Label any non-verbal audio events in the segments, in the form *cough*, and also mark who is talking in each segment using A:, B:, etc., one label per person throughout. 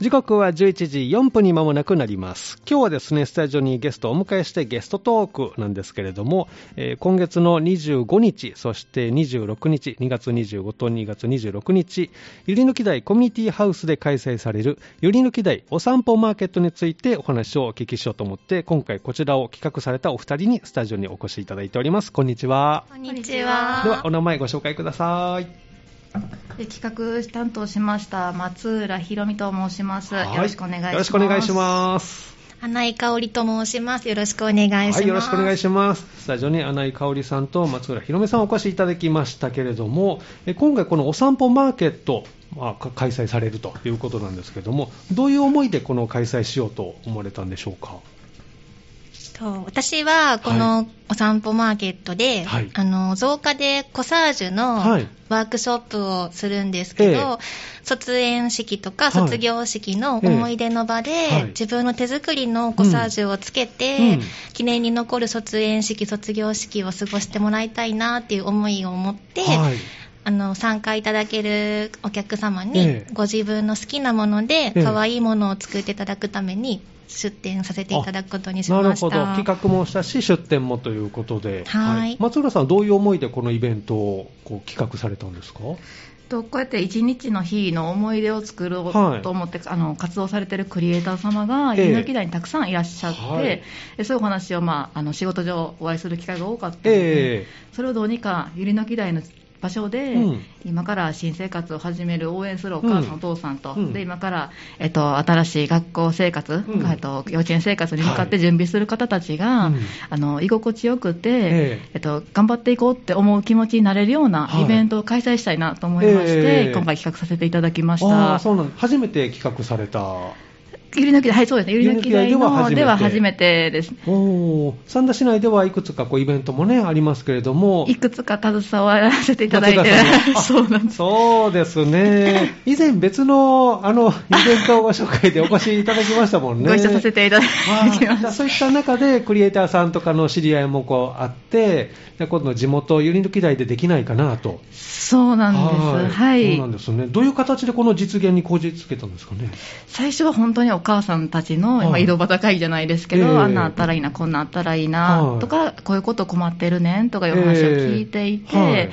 A: 時刻は11時4分に間もなくなります。今日はですね、スタジオにゲストをお迎えしてゲストトークなんですけれども、えー今月の25日、そして26日、2月25と2月26日、ゆりのき台コミュニティハウスで開催されるゆりのき台お散歩マーケットについてお話をお聞きしようと思って、今回こちらを企画されたお二人にスタジオにお越しいただいております。こんにちは。
B: こんにちは
A: では、お名前ご紹介ください。
B: で企画担当しました松浦ひろみと申します。
A: は
B: よろしくお願いします。
A: よろしくお願いします。
C: 花井香織と申します。よろしくお願いします。
A: はい、よろしくお願い
C: し
A: します。スタジオに穴井香織さんと松浦ひろめさんお越しいただきましたけれども、え今回このお散歩マーケット、まあ、か開催されるということなんですけども、どういう思いでこの開催しようと思われたんでしょうか。
C: ます。私は、このお散歩マーケットで、
A: はい
C: あの、造花でコサージュの
A: はい
C: ワークショップをするんですけど、
A: ええ
C: 卒園式と
A: は
C: か
A: い
C: 卒業式の思い出の場で、
A: ええはい
C: 自分の手作りのコサージュをつけて、
A: うん
C: 記念に残る卒園式、卒業式を過ごしてもらいたいなっていう思いを持って、
A: はい、
C: あの参加いただけるお客様に、
A: ええ
C: ご自分の好きなもので、
A: ええ
C: 可愛いものを作っていただくために出店させていただくことにしま
A: な
C: した
A: るほど、企画もしたし、出展もということで、
C: はい
A: 松浦さんはどういう思いでこのイベントをこう企画されたんですか。
B: とこうやって一日の日の思い出を作ろ
A: はいう
B: と思って、あの活動されてるクリエイター様が
A: ええ
B: 猪木台にたくさんいらっしゃって、
A: はい
B: でそういうお話を、まあ、あの仕事上お会いする機会が多かったので、
A: え
B: それをどうにかゆりの木台の場所で、
A: うん
B: 今から新生活を始める応援するお母さん、
A: うん
B: お父さんと、
A: うん
B: で今から、えっと、新しい学校生活、
A: うん
B: えっと、幼稚園生活に向かっ
A: は
B: て
A: い
B: 準備する方たちが、
A: うん
B: あの居心地よくて、
A: え
B: え
A: え
B: っと、頑張っていこうって思う気持ちになれるような
A: はい
B: イベントを開催したいなと思いまして、
A: ええ
B: 今回企画させていただきまし
A: ああー、
B: た。
A: そうなん初めて企画された。
B: ゆりの木台、はい、そうですね。ゆりの木台のでは初めてです。
A: おー三田市内ではいくつかこうイベントもねありますけれども、
B: いくつか携わらせていただいて
A: 松田、 *laughs* さん
B: *laughs* そうなんです。
A: そうですね。以前別の、あの、イベントをご紹介でお越しいただきましたもんね。
B: ご一緒させていただ
A: はい
B: き
A: *laughs* じ
B: ま
A: ゃ
B: し
A: あ
B: た。
A: そういった中で、クリエイターさんとかの知り合いもこうあって、じゃあ今度地元、ゆり抜き台でできないかなと。
B: そうなんです。は
A: そう
B: い。
A: なんですね。どういう形でこの実現にこじつけたんですかね。
B: 最初は本当にお母さんたち
A: は
B: の
A: い
B: 今井戸端会議じゃないですけど、
A: ええ
B: あんなあったらいいな、こんなあったらいいな
A: はい
B: とか、こういうこと困ってるねんとかいう話を聞いていて、
A: ええはい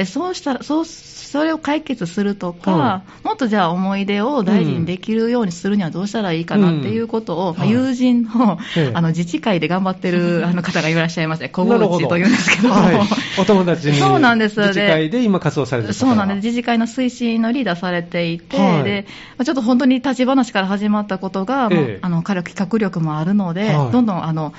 B: えそうしたらそう、それを解決するとか、
A: は
B: もっとじゃあ思い出を大事にできるようにするにはどうしたらいいかなっていうことを、
A: うん
B: まあ
A: はい
B: 友人の,、
A: ええ
B: あの自治会で頑張ってるあの方がいらっしゃいま
A: *laughs*
B: して、小郷内というんですけども。 *laughs*
A: はいお友達に。
B: そうなんです
A: 自治会で今活動されてる方
B: そう
A: が
B: なんです、自治会の推進のリーダーされていて、
A: はい
B: でまあちょっと本当に立ち話から始まったことが、まあ
A: ええ
B: あの彼は企画力もあるので、
A: はい
B: どんどんあの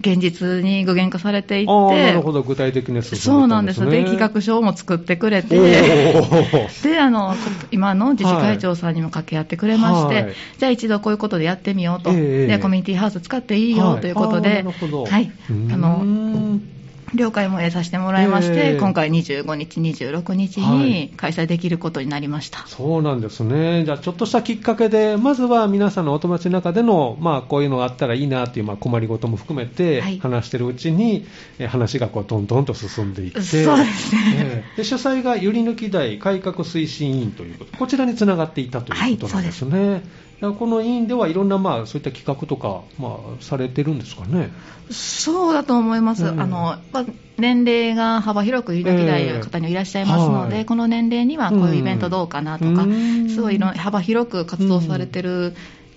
B: 現実に具現化されていっ
A: あーな
B: て
A: る、ほど、具体的なやつを
B: そうなんです、で企画書も作ってくれて。
A: おー
B: *laughs* であのこ今の自治会長さんにも掛け合ってくれまして、
A: はい
B: じゃあ一度こういうことでやってみようと、
A: ええ
B: でコミュニティハウス使っていいよというこ
A: は
B: と
A: あーな
B: で、
A: るほど
B: はい、あの
A: うーん
B: 了解も得させてもらいまして、
A: ええ
B: 今回25日、26日
A: はい
B: に開催できることになりました。
A: そうなんですね。じゃあ、ちょっとしたきっかけで、まずは皆さんのお友達の中での、まあ、こういうのがあったらいいなっていう、まあ、困りごとも含めて
B: はい、
A: 話してるうちに、え話がこう、どんどんと進んでいって、
B: そうですね
A: ええで、主催がゆり抜き台改革推進委員ということ、こちらにつながっていたということなんですね。だからこの委員ではいろんな、まあ、そういった企画とか、まあ、されてるんですかね。
B: そうだと思います、
A: うん
B: あのまあ年齢が幅広く、猪木台の方にいらっしゃいます
A: え
B: ので、
A: えはい
B: この年齢にはこういうイベントどうかなとか、
A: うん
B: すごいいろん幅広く活動されてる、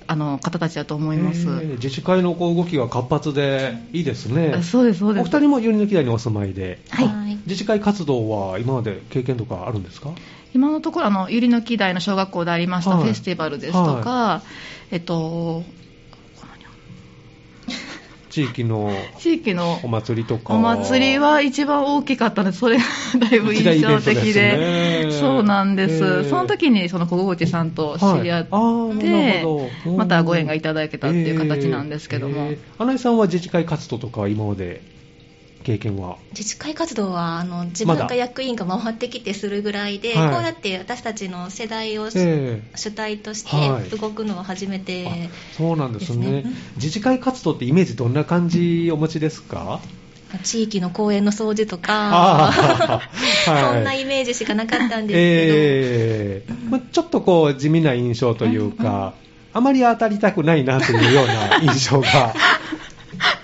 B: あの方たちだと思います。
A: えー自治会のこう動きが活発でいいですね
B: あ。そうです、そう
A: お
B: で
A: 二
B: す
A: 人もゆりのき台にお住まいで、
C: はい
A: あ自治会活動は今まで経験とかあるんですか
B: 今のところあの、ゆりの木台の小学校でありました
A: はい
B: フェスティバルですとか、えっと、
A: 地域の
B: 地域の
A: お祭りとか。
B: お祭りは一番大きかったので、それが *laughs* だいぶ印象的
A: 一大イベントです
B: で、
A: ね
B: そうなんで
A: えー
B: す、その時にその小口さんと知り合っ
A: はいあーなる
B: て
A: ほどうん、
B: またご縁がいただけたっていう形なんですけども
A: えーえ、ー穴井さんは自治会活動とか今まで経験は
C: 自治会活動はあの自
A: ま
C: 分
A: だ
C: が役員が回ってきてするぐらいで、
A: はい
C: こうやって私たちの世代を、
A: ええ
C: 主体とし
A: はい
C: て動くのを初めて、
A: あそうなんですね
C: ですね
A: 自治会活動ってイメージどんな感じお持ちですか
C: 地域の公園の掃除と
A: あ
C: か、
A: ーはい
C: *laughs* そんなイメージしかなかったんですけど、
A: ええまあちょっとこう地味な印象というか、あまり当たりたくないなというような印
B: *laughs*
A: 象が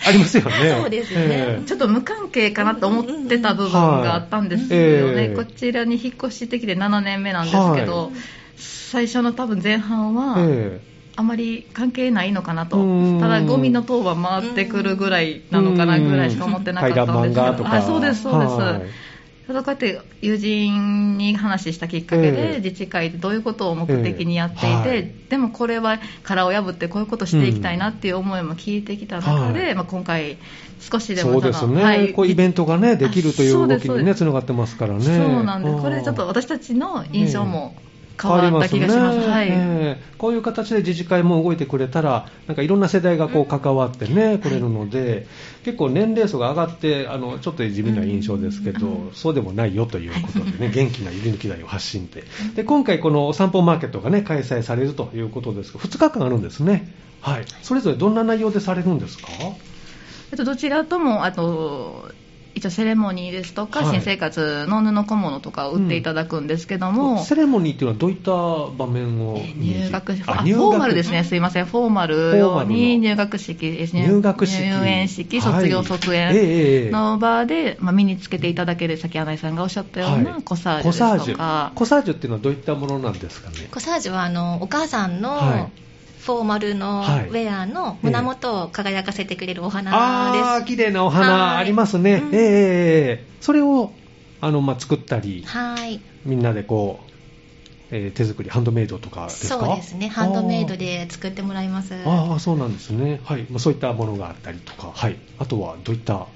A: ありますよね。
C: そうですよね
A: え
B: ちょっと無関係かなと思ってた部分があったんですよ
A: はい
B: ね、
A: ええ
B: こちらに引っ越してきて7年目なんですけど、
A: は
B: 最初の多分前半は、
A: え
B: あまり関係ないのかなと
A: うん
B: ただゴミの塔は回ってくるぐらいなのかなぐらいしか思ってなかったんで
A: 怪
B: すけど
A: 談漫画とか。
B: あそうですそうです、
A: はい
B: ただこうやって友人に話したきっかけ
A: え
B: で、
A: え
B: 自治会でどういうことを目的にやっていて、
A: ええはい
B: でもこれは殻を破ってこういうことしていきたいなっていう思いも聞いてきた中で、
A: はい
B: まあ、今回少しで
A: そ
B: も
A: う
B: た
A: で
B: だ
A: すね、
B: はい
A: こうイベントが、ね、できるという
B: あそう
A: 動
B: です
A: きに、ね、つながってますからね。
B: そうなんですこれちょ
A: あ
B: っと
A: ー
B: 私たちの印象も変わった気がします,、
A: 変わ
B: は
A: り
B: い、
A: ますねええこういう形で自治会も動いてくれたら、なんかいろんな世代がこう関わってね、くれるので、結構年齢層が上がって、あのちょっと地味な印象ですけど、そうでもないよということでね、元気なゆり抜き台を発信で、で今回、このお散歩マーケットがね、開催されるということですが、2日間あるんですね。はい、それぞれどんな内容でされるんですか
B: えっとどちらともあと一応セレモニーですとか、
A: はい
B: 新生活の布小物とかを売っていただくんですけども、
A: セレモニーっていうのはどういった場面を
B: えー入学式
A: あ
B: あ
A: 入学
B: フォーマルですね、すいません、フォーマル用に入学式ですね、
A: 入学式
B: 入園式、
A: はい
B: 卒業、卒
A: ええ
B: 園
A: ええ
B: の場で、まあ、身につけていただける、さっき穴井さんがおっしゃったよう
A: は
B: ないコサージ
A: コ
B: ュ
A: サー
B: で
A: ジ
B: すとか
A: ュ、コサージュっていうのはどういったものなんですかね
C: コサージュはあのお母さん
A: は
C: のフォーマルのウ
A: はい
C: ェアの胸元を輝かせてくれるお花です。
A: ああー綺麗なお
C: は
A: 花
C: い
A: ありますね、
C: うん
A: ええええええそれをあの、まあ、作ったり
C: はい、
A: みんなでこう、えー手作りハンドメイドとかですか
C: そうですね。ハンドメイドで作ってもらいます。
A: あーあーそうなんですね、はい、まあそういったものがあったりとか、はい、あとはどういった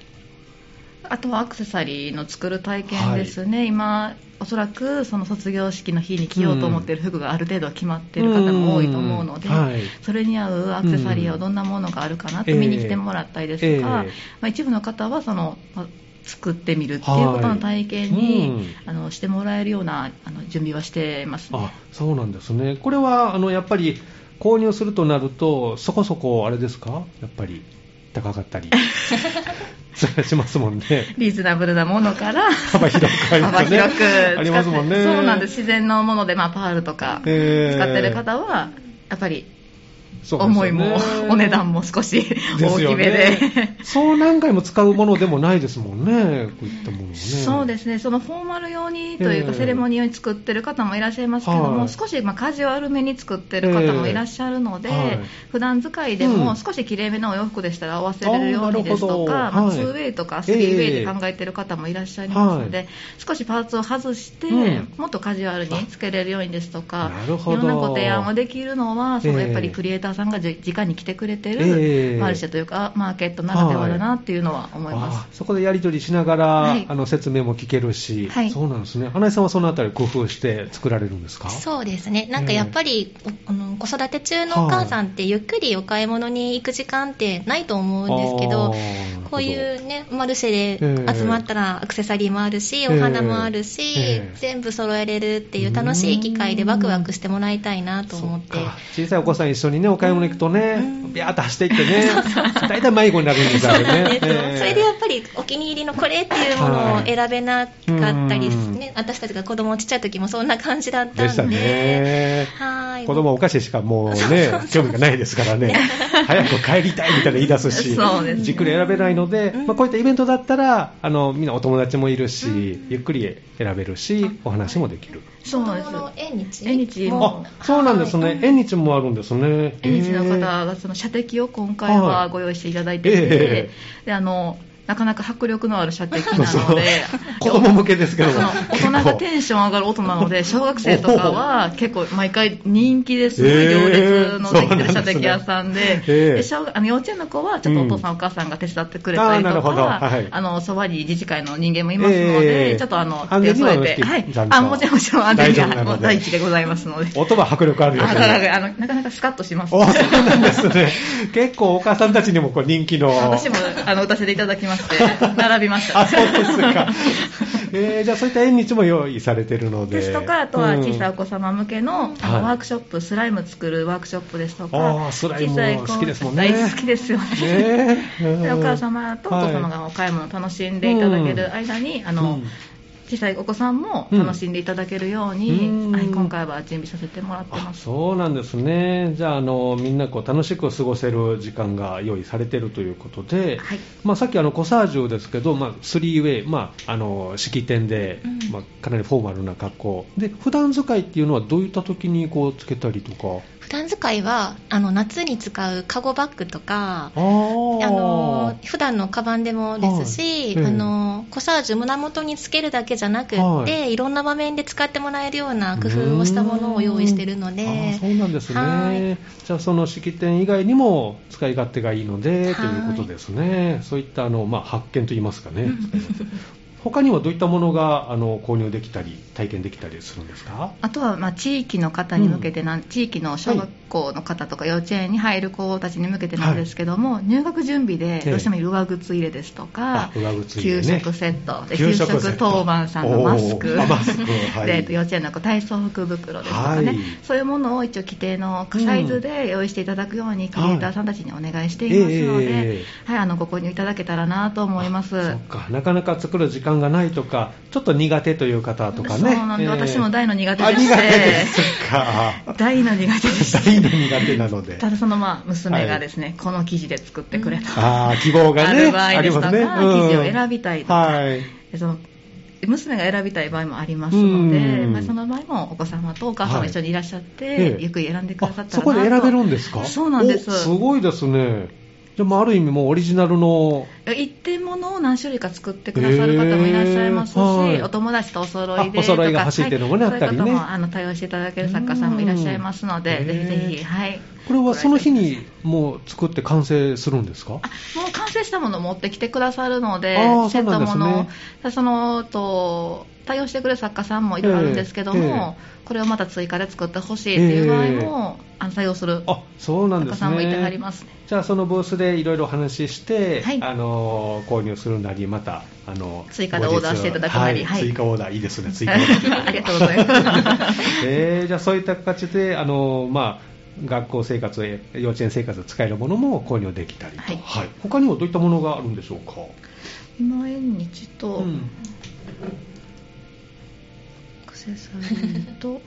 B: あとはアクセサリーの作る体験ですね、今、おそらくその卒業式の日に着ようと思っている服がある程度決まっている方も多いと思うので。
A: んはい
B: それに合うアクセサリーをどんなものがあるかなって
A: うん
B: 見に来てもらったりですとか、
A: ええ
B: まあ、一部の方はその、まあ作ってみるっていうことの体験に、あのしてもらえるようなあの準備はしてます
A: あ
B: ね。
A: そうなんですね、これはあのやっぱり購入するとなると、そこそこあれですか、やっぱり高かったり、それはしますもんね、
B: リーズナブルなものから
A: 幅広く、ね、
B: 幅広く使って
A: ありますもんね、
B: そうなんです自然のもので、まあ、パールとか使っ
A: えー
B: てる方はやっぱり
A: そうですよね
B: 思いも、お値段も少し
A: す
B: 大
A: よ
B: きめ
A: ね
B: で。
A: そう何回も使うものでもないですもんね、こういったものね。
B: そうですねそのフォーマル用にという
A: え
B: か、
A: え
B: セレモニー用に作ってる方もいらっしゃいますけども、
A: はい
B: 少しまあカジュアルめに作ってる方もいらっしゃるので、
A: ええはい
B: 普段使いで
A: うん
B: も少しきれいめなお洋服でしたら合わせれるようにですと
A: あ
B: か、
A: ーなるほど
B: まあ、
A: はい
B: 2way とか 3way で考えてる方もいらっしゃいますので、少しパーツを外して、
A: うん
B: もっとカジュアルにつけれるようにですとか
A: あないるほど
B: ろんなご提案をできるのはその
A: ええ
B: やっぱりクリエイターさんがじ直に来てくれて
A: ええ
B: るマルシェというかマーケットならではだなっていうのは思います。
A: あーそこでやり取りしながら、
B: はい
A: あの説明も聞けるし、
B: はい
A: そうなんですね。花井さんはそのあたり工夫して作られるんですか
C: そうですね、なんかやっぱり、おあの子育て中のお母さんって、ゆっくりお買い物に行く時間ってないと思うんですけど
A: あー、なるほど
C: こういうね、マルシェ
A: ええ
C: で集まったら、アクセサリーもあるし、
A: ええ
C: お花もあるし、
A: ええ
C: 全部揃えれるっていう楽しい機会で、ワクワクしてもらいたいなと思って
A: そ。か小さいお子さん一緒にねお買い物行くとねビャーっと走っていってね大体迷子になるんですよあれね
C: そう
A: ええ
C: それでやっぱりお気に入りのこれっていうもの
A: は
C: を
A: い
C: 選べなかったり、
A: うん
C: ね、私たちが子供ちっちゃい時もそんな感じだったんで
A: でしたね
C: はい
A: 子供はお菓子しかもうね興味がないですからね早く帰りたいみたいな言い出すし
B: そうですね
A: じっくり選べないので、
C: うん
A: まあ、こういったイベントだったらあのみんなお友達もいるし、ゆっくり選べるしお話もできる、
B: そうなんで
C: 子
B: す
C: 供の縁日
B: 縁日も
A: あそうなんですね、縁日もあるんですね
B: 縁日の
A: へえ
B: 方がその射的を今回
A: は
B: はいご用意していただいていて、
A: え
B: であのなかなか迫力のある射
A: *laughs*
B: 的な
A: そう
B: *laughs* ので
A: 子供向けですけど
B: そ
A: も
B: の大人がテンション上がる大人な
A: *laughs*
B: ので小学生とかは結構毎回人気ですごい行列のできてる射的屋
A: *laughs*
B: さんで,、
A: ええ
B: で小学あの幼稚園の子はちょっとお父さん、お母さんが手伝ってくれたり
A: あーなる
B: と
A: ほど
B: か
A: はい
B: あのそばに自治会の人間もいますの
A: え
B: で、
A: え
B: ちょっとあの
A: 安
B: 手
A: 全
B: を
A: には
B: 添えて、
A: 安
B: は
A: 心
B: い
A: ちゃん、と
B: あもちろんもちろん安全に
A: 大丈夫なの
B: は
A: で
B: *laughs* 第一でございます
A: *laughs*
B: ので。
A: 音は迫力あるよ
B: あ
A: ね
B: だからあのなかなかスカッとします、
A: おそうなんですね。結構お母さんたちにもこう人気の。
B: 私もあの打たせていただきま
A: *laughs*
B: して、並びました。
A: あ、そうです
B: *laughs*
A: か。えー、じゃあそういった縁日も用意されてるので。
B: ですとか、あとは小さいお
A: うん
B: 子様向けの,、あ
A: はい
B: のワークショップ、スライム作るワークショップですと
A: あー
B: か、
A: スライム
B: 小さい子
A: 好きですもんね
B: 大好きですよね。
A: ねえうん
B: でお母様とお父様がお買い物を楽しんでいただける間に、あの
A: うん
B: 小さいお子さんも楽しんでいただけるように、
A: うん
B: はい、今回は準備させてもらって
A: あ
B: ます。
A: そうなんですね。じゃあ、あの、みんなこう楽しく過ごせる時間が用意されているということで、
B: はい
A: まあ、さっきあのコサージュですけど、まあ、スリーウェイ、まあ、あの式典で、
C: うん
A: まあ、かなりフォーマルな格好で普段使いっていうのはどういった時にこうつけたりとか
C: 普段使いはあの夏に使うカゴバッグとか
A: あー
C: あの普段のカバンでもですし、
A: はいええ
C: あのコサージュ胸元につけるだけじゃなくって、、
A: はい
C: ろんな場面で使ってもらえるような工夫をしたものを用意しているの
A: うーんあー
C: で
A: そうなんです
C: は
A: ねじゃあその式典以外にも使い勝手がいいのでと
C: はい
A: いうことですねそういったあの、まあ、発見といいますかね
C: うん
A: 他にはどういったものがあの購入できたり体験できたりするんですか
B: あとはまあ地域の方に向けてなん、地域の小学校の方とか幼稚園に入る子たちに向けてなんですけども、入学準備でどうしても上靴入れですと
A: あ
B: か、
A: 上靴入れ
B: 給
A: ね
B: 食セットで
A: 給
B: 給
A: 食セット
B: 食当番さんのマス
A: お
B: ク
A: ーあマスクはい
B: *laughs* でえっと幼稚園の子体操服袋ですとかね、
A: はい
B: そういうものを一応規定のサイズで用意していただくように、クリエイターさんたちにお願いしていますので、
A: ええ
B: はい、あのご購入いただけたらなと思います。
A: あそっかなかなか作る時間がないとかちょっと苦手という方とかね
B: そうなんで私も大の苦手
A: あ
B: でして
A: 苦手ですか
B: *laughs* 大の苦手でし
A: *laughs*
B: た
A: 大の苦手なので
B: ただそのまあ娘がですね、この生地で作ってくれと、
A: ああ希望が
B: ア
A: ね
B: ルバイ
A: あ
B: ト
A: り
B: です
A: ま
B: とか、
A: すねうん
B: 生地を選びたいとか、
A: はい
B: でその娘が選びたい場合もありますので、
A: うん
B: まあ、その場合もお子様とお母様一緒にいらっしゃって、
A: はいええ
B: ゆっくり選んでくださ
A: あ
B: っ
A: そ
B: たらなと
A: こで選べるんですか
B: そうなんです
A: おすごいですねじゃあまあある意味もうオリジナルの
B: 一点ものを何種類か作ってくださる方もいらっしゃいますし、
A: へーはい
B: お友達とお揃いで
A: あお揃いが欲しいっていうのもね
B: は
A: あったりね
B: そういう方もあの対応していただける作家さんもいらっしゃいますの
A: う
B: で
A: ん
B: ぜひぜ
A: へ
B: ひ
A: ー
B: はい
A: これはその日にもう作って完成するんですか
B: あもう完成したものを持ってきてくださるので
A: あー
B: セット
A: そ
B: も
A: うなん
B: の
A: です
B: そ,、のと対応してくれる作家さんもいろいろあるんですけど
A: ええ
B: も、これをまた追加で作ってほしいっていう場合も、あの採用する
A: あそうなんで
B: 作
A: す
B: 家
A: ね
B: さんもいてはりますね
A: じゃあそのブースでいろいろお話しして、
B: はい
A: あの購入するなりまたあの
B: 追加でオーダーしていただくなり
A: はい
B: はい
A: 追加オーダーいいです
B: *laughs*
A: ね追加オーダー
B: ありがとうございます
A: *laughs* えーじゃあそういった形であの、まあ、学校生活え幼稚園生活で使えるものも購入できたりと、
B: はい
A: 他にもどういったものがあるんでしょうか、
B: 今縁日と、
A: うん
B: アクセサリーと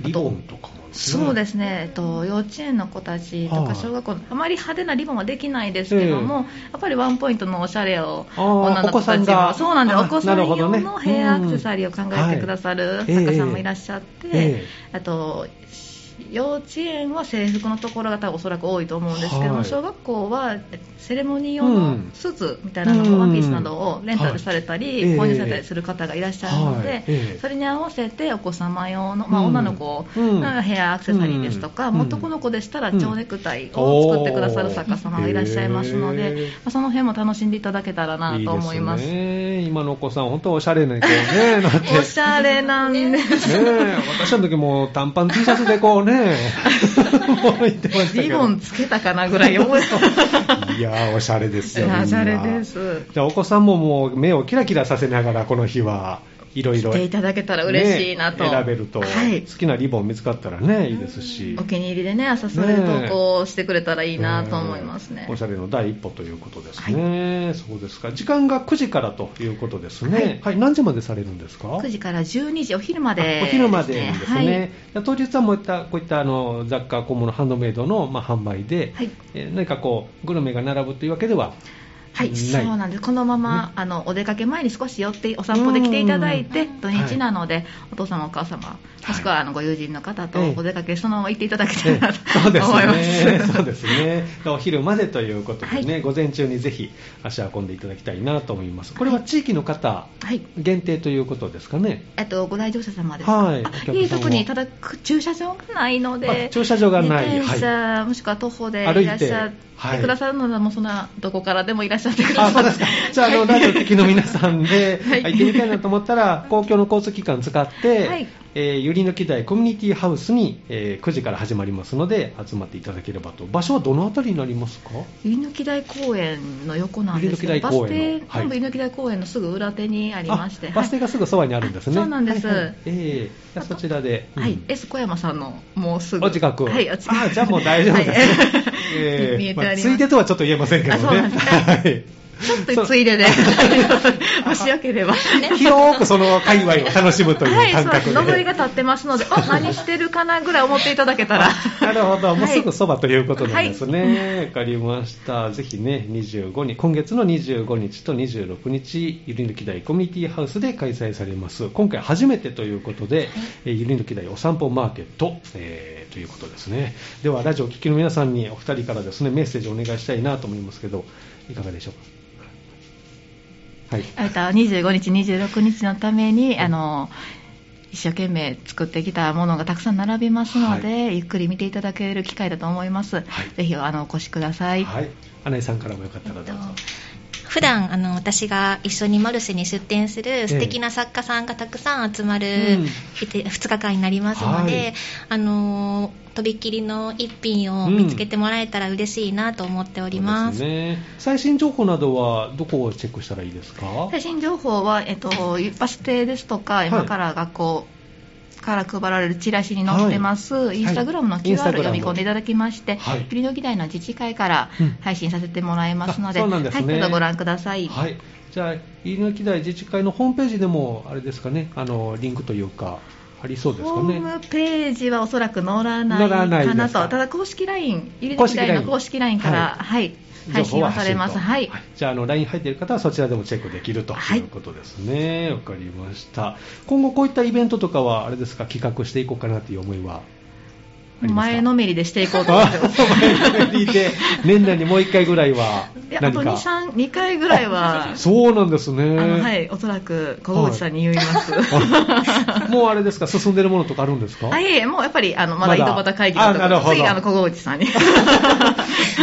A: リボンとかもあるん
B: そうですね、えっと、幼稚園の子たちと
A: はい
B: か小学校のあまり派手なリボンはできないですけども、やっぱりワンポイントのおしゃれを
A: あー
B: 女の
A: お子
B: 子
A: さ
B: た
A: ん
B: ち
A: が
B: はそうなんです
A: あ
B: お子さん
A: なるほど
B: 用
A: ね
B: のヘア
A: うん
B: アクセサリーを考えてくださる
A: はい
B: 作家さんもいらっしゃって、
A: え
B: あと幼稚園は制服のところが多分おそらく多いと思うんですけども、
A: はい
B: 小学校はセレモニー用
A: う
B: の
A: ん
B: スーツみたいなのを、
A: うん
B: ワンピースなどをレンタルされたり、
A: はい
B: 購入されたりする方がいらっしゃるので、
A: はいええ
B: それに合わせてお子様用の、まあ、
A: うん
B: 女の子のヘアアクセサリーですとか、
A: うん
B: 男の子でしたら
A: うん
B: 蝶ネクタイを作ってくださる作家様がいらっしゃいますの
A: おーへ
B: で
A: ー、
B: まあその辺も楽しんでいただけたらなと思います。
A: いいですね今のお子さん本当おしゃれ
B: *laughs*
A: な子ねなって
B: おしゃれなんです。
A: *laughs* ねえ、私の時もう短パン T シャツでこうね、もう言ってましたけど。
B: リボンつけたかなぐらい思い
A: いやー、おしゃれですよみんな
B: おしゃれです。
A: じゃあ、お子さんももう目をキラキラさせながら、この日はいろい
B: 来
A: ろ。
B: ていただけたら嬉しいなと。
A: ね選べると、
B: はい
A: 好。きなリボン見つかったらね、いいですし
B: お。気に入りでね、朝それで投稿してくれたらいいなと思いますね。
A: おしゃれの第一歩ということですね、そうですか。時間が9時からということですね。はい、何時までされるんですか
B: 9時から12時、お昼までです、ね。
A: お昼までなんです
B: はい
A: ね、当日はもういったこういったあの雑貨、小物、ハンドメイドの、まあ、販売で、
B: はい
A: えー何かこうグルメが並ぶというわけで
B: *laughs*
A: は、
B: はい、
A: ない
B: そうなんです。このまま、あのお出かけ前に少し寄ってお散歩で来ていただいて
C: うん、
B: 土日なので、お父様お母様、もしくはあのご友人の方と
A: ええ
B: お出かけそのまま行っていただけた
A: え
B: らな
A: ーそうで
B: と思います。
A: すね、 *laughs* そうですね、お昼までということでね、午前中にぜひ足を運んでいただきたいなと思います。これは地域の方
B: はい。
A: 限定ということですかね。
B: えっとご来場者様ですか。
A: はい
B: あ
A: お客様
B: いえ特にただく駐車場がないので
A: あ。駐車場がない、
B: 自転車、
A: はい。
B: もしくは徒歩で
A: 歩いて
B: いらっしゃっ
A: はい
B: てくださるので、もうそんなどこからでもいらっしゃってくだ
A: あ、
B: さ
A: そう
B: っ
A: です
B: て
A: か。じゃあ、あの、ラジオ的の皆さんで、
B: はい
A: 行ってみたいなと思ったら、公共の交通機関使って、
B: はい
A: えーゆりの木台コミュニティハウスに、えー9時から始まりますので、集まっていただければと。場所はどのあたりになりますか
B: 湯抜き台公園の横なんですけど、
A: 湯抜き台
B: バ
A: 公
B: ス
A: 園の
B: 停、
A: はい
B: 本部湯抜き台公園のすぐ裏手にありまして、
A: あバス停がすぐそばにあるんですね。
B: はいそうなんです
A: はいはいえーじゃあそちらで。
B: は
A: う
B: い
A: ん、
B: S 小山さんのもうすぐ
A: お近く。
B: はい、お近く
A: あ、じゃあもう大丈夫ですね。
B: はい
A: *laughs* えー
B: 見えてあります
A: *laughs* ついでとはちょっと言えませんけどね。
B: あそうなんですか
A: はい。
B: ちょっとついでで、もしよければ。
D: 広くその界隈を楽しむと
B: は
D: いう
B: い、
D: 感
B: そうです。
D: 覚
B: 上り
D: で。
B: が立ってますので、あ、何してるかなぐらい思っていただけたら。
A: *laughs* なるほど、もう
B: はい
A: すぐそばということなんですね。わ、かりました。ぜひね、25日、今月の25日と26日、ゆりぬき台コミュニティハウスで開催されます。今回初めてということで、えーゆりぬき台お散歩マーケット、えーということですね。では、ラジオを聴きの皆さんにお二人からですね、メッセージをお願いしたいなと思いますけど、いかがでしょうか。はい。
B: えっと、25日、26日のために、あの、一生懸命作ってきたものがたくさん並びますので、
A: は
B: ゆっくり見ていただける機会だと思います。ぜひ、あの、お越しください。
A: はい。穴井さんからもよかったらどうぞ。
C: 普段あの私が一緒にマルシェに出店する素敵な作家さんがたくさん集まる
A: うん
C: 2日間になりますので、
A: はい
C: あのーとびっきりの一品を見つけてもらえたら嬉しいなと思っております。
A: そうですね、最新情報などはどこをチェックしたらいいですか
B: 最新情報は、えっと、バス停ですとか、今から学校から配られるチラシに載ってます、
A: い
B: インスタグラムの
A: はいイン
B: QR
A: スタグラム
B: 読み込んでいただきまして、
A: はい
B: ピリノ議題の自治会から
A: うん
B: 配信させてもらいますので、
A: あそうなんですね
B: はい、どうぞご覧ください。
A: はい、じゃあ、飯抜き台自治会のホームページでも、あれですかね、あのリンクというか、ありそうです
B: ホ
A: かね。
B: ームページはおそらく載らな
A: 載
B: い
A: らない
B: か
A: で
B: な
A: すか
B: と、ただ公式 LINE、ゆり
A: 公
B: の
A: 式
B: 議
A: LINE
B: 題の公式 LINE から、はい配
A: 情報
B: 信
A: は
B: はされます。
A: 発信と
B: はい、
A: じゃあ、あの LINE 入っている方はそちらでもチェックできると
B: はい
A: いうことですね。わ、かりました。今後こういったイベントとかは、あれですか、企画していこうかなという思いはありますか
B: 前のめりでしていこうと思っ
A: あ
B: てます。
A: 前のめりで年内にもう1回ぐらい
B: *laughs*
A: はい
B: やあ
A: 何
B: と
A: か
B: 2、3、2回ぐらい
A: *laughs*
B: は、
A: そうなんですね。
B: あのはい、おそらく小口さんに言います。
A: あ *laughs* もうあれですか、進んでるものとかあるんですか
B: あいえいえ、もうやっぱりあのまだ
A: ま
B: 井
A: だ
B: 戸端会議だと
A: あなるほど
B: 次、あの小口さんに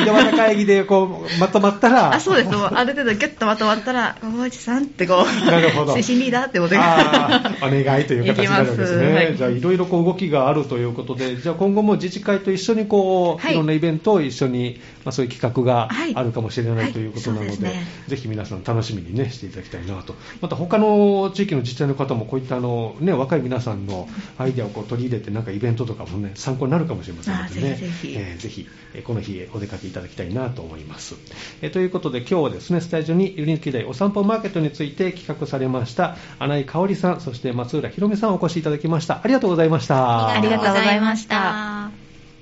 A: 井戸端会議でこうまとまったら、
B: *laughs* あ、そうです、もうある程度、ぎゅっとまとまったら、小口さんってこう、
A: なるほど
B: 精神リーダーってことで、
A: あーお願いという形になるんですね、
B: 行き *laughs* ますはい
A: じゃあ、いろいろこう動きがあるということで、じゃあ、今後も自治会と一緒にこう、
B: はい
A: い、ろんなイベントを一緒に、まあ、そういう企画が
B: はい
A: あるかもしれないということなので、
B: はいそうですね
A: ぜひ皆さん、楽しみに、ね、していただきたいなと、また他の地域の自治体の方も、こういったあの、ね、若い皆さんのアイデアをこう取り入れて、なんかイベントとかも、ね、参考になるかもしれませんのでね、
B: あーぜひぜひ
A: えーえーぜひ、えーこの日、えーお出かけいただきたいなと思います。えーということで、今日はですね、スタジオにユニーク台お散歩マーケットについて企画されました、穴井香織さん、そして松浦ひろみさんをお越しいただきました。ありがとうございました。
B: ありがとう
C: ありがと
B: ございました
C: うございました